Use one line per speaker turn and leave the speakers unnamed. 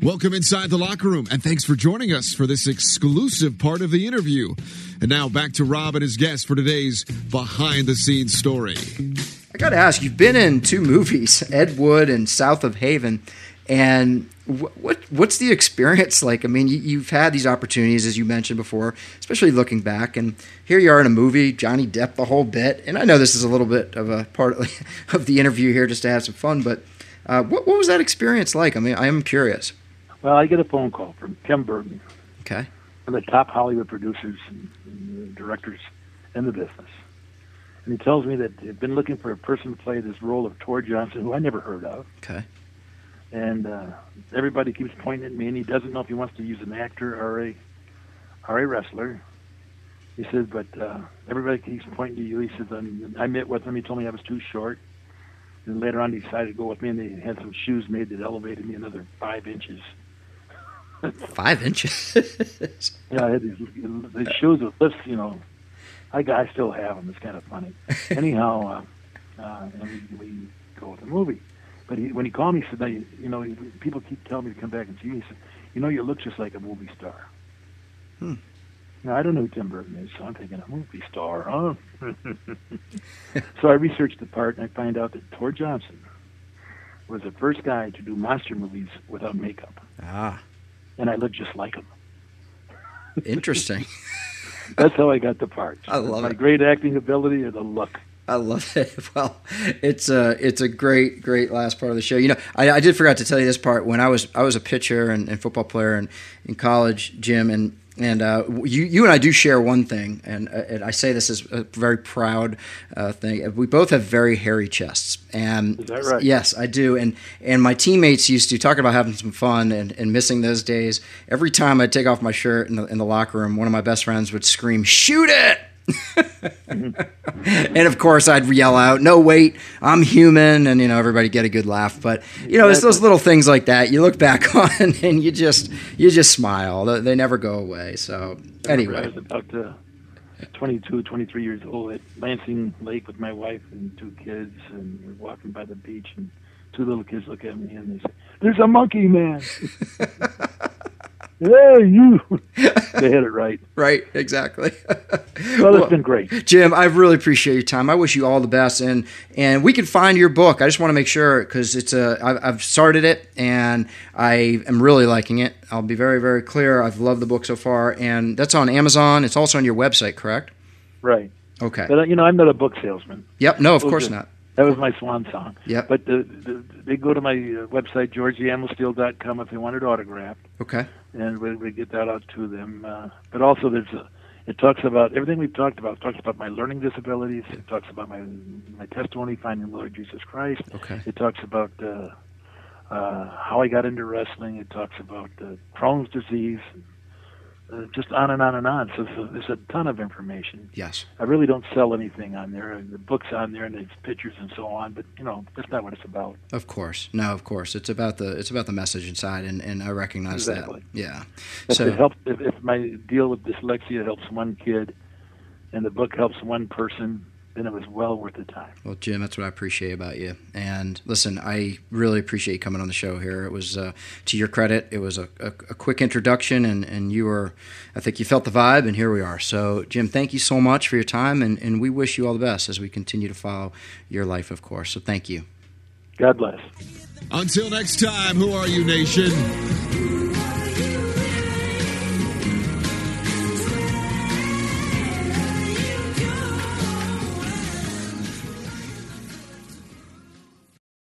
Welcome inside the locker room, and thanks for joining us for this exclusive part of the interview. And now back to Rob and his guest for today's behind the scenes story.
I got to ask, you've been in two movies, Ed Wood and South of Haven, and wh- what what's the experience like? I mean, you, you've had these opportunities, as you mentioned before, especially looking back, and here you are in a movie, Johnny Depp, the whole bit. And I know this is a little bit of a part of, of the interview here, just to have some fun, but uh, what what was that experience like? I mean, I am curious.
Well, I get a phone call from Tim Burton,
Okay.
one of the top Hollywood producers and, and directors in the business. And he tells me that they've been looking for a person to play this role of Tor Johnson, who I never heard of.
Okay.
And uh, everybody keeps pointing at me, and he doesn't know if he wants to use an actor or a, or a wrestler. He says, but uh, everybody keeps pointing to you. He says, I'm, I met with him. He told me I was too short. And later on, he decided to go with me, and they had some shoes made that elevated me another five inches.
Five inches.
Yeah, I had these, these shoes with lifts, you know. I, got- I still have them. It's kind of funny. Anyhow, uh, uh, and we, we go with the movie. But he, when he called me, he said, now, you, you know, people keep telling me to come back and see you. He said, you know, you look just like a movie star.
Hmm.
Now, I don't know who Tim Burton is, so I'm thinking, a movie star, huh? so I researched the part, and I find out that Tor Johnson was the first guy to do monster movies without makeup.
ah,
And I look just like him.
interesting.
That's how I got the part.
I love
My
it.
great acting ability or the look.
I love it. Well, it's a it's a great great last part of the show. You know, I, I did forgot to tell you this part when I was I was a pitcher and, and football player and in college, Jim, and and uh, you you and I do share one thing, and, uh, and I say this as a very proud uh, thing. We both have very hairy chests, and
Is that right?
Yes, I do. And and my teammates used to talk about having some fun and, and missing those days. Every time I'd take off my shirt in the, in the locker room, one of my best friends would scream, "Shoot it!" and of course, I'd yell out, "No, wait, I'm human!" And you know, everybody get a good laugh. But you know, it's those little things like that you look back on and you just you just smile. They, they never go away. So
I
anyway,
was about uh, 22, 23 years old at Lansing Lake with my wife and two kids, and we're walking by the beach, and two little kids look at me and they say, "There's a monkey man." hey, you! they hit it right.
right? Exactly.
Well,
Well-
it's been great.
Jim, I really appreciate your time. I wish you all the best, and and we can find your book. I just want to make sure because it's a I've, I've started it and I am really liking it. I'll be very very clear. I've loved the book so far, and that's on Amazon. It's also on your website, correct?
Right.
Okay.
But uh, you know, I'm not a book salesman.
Yep. No, of course
Okay.
not.
That was my swan song.
Yep.
But the, the, they go to my uh, website, georgiamosteel.com, if they want it autographed.
Okay.
and we, we get that out to them. Uh, but also, there's a, it talks about everything we've talked about. It talks about my learning disabilities. It talks about my my testimony finding the Lord Jesus Christ.
Okay.
It talks about uh, uh, how I got into wrestling. It talks about uh, Crohn's disease. Uh, just on and on and on. So, so there's a ton of information.
Yes.
I really don't sell anything on there. The books on there and there's pictures and so on. But you know, that's not what it's about.
Of course. No, of course. It's about the it's about the message inside, and and I recognize
Exactly.
that. Yeah.
If
So
it helps, if, if my deal with dyslexia helps one kid, and the book helps one person, then it was well worth the time.
Well, Jim, that's what I appreciate about you. And listen, I really appreciate you coming on the show here. It was, uh, to your credit, it was a, a, a quick introduction, and, and you were, I think you felt the vibe, and here we are. So, Jim, thank you so much for your time, and, and we wish you all the best as we continue to follow your life, of course. So, thank you.
God bless.
Until next time, who are you, nation?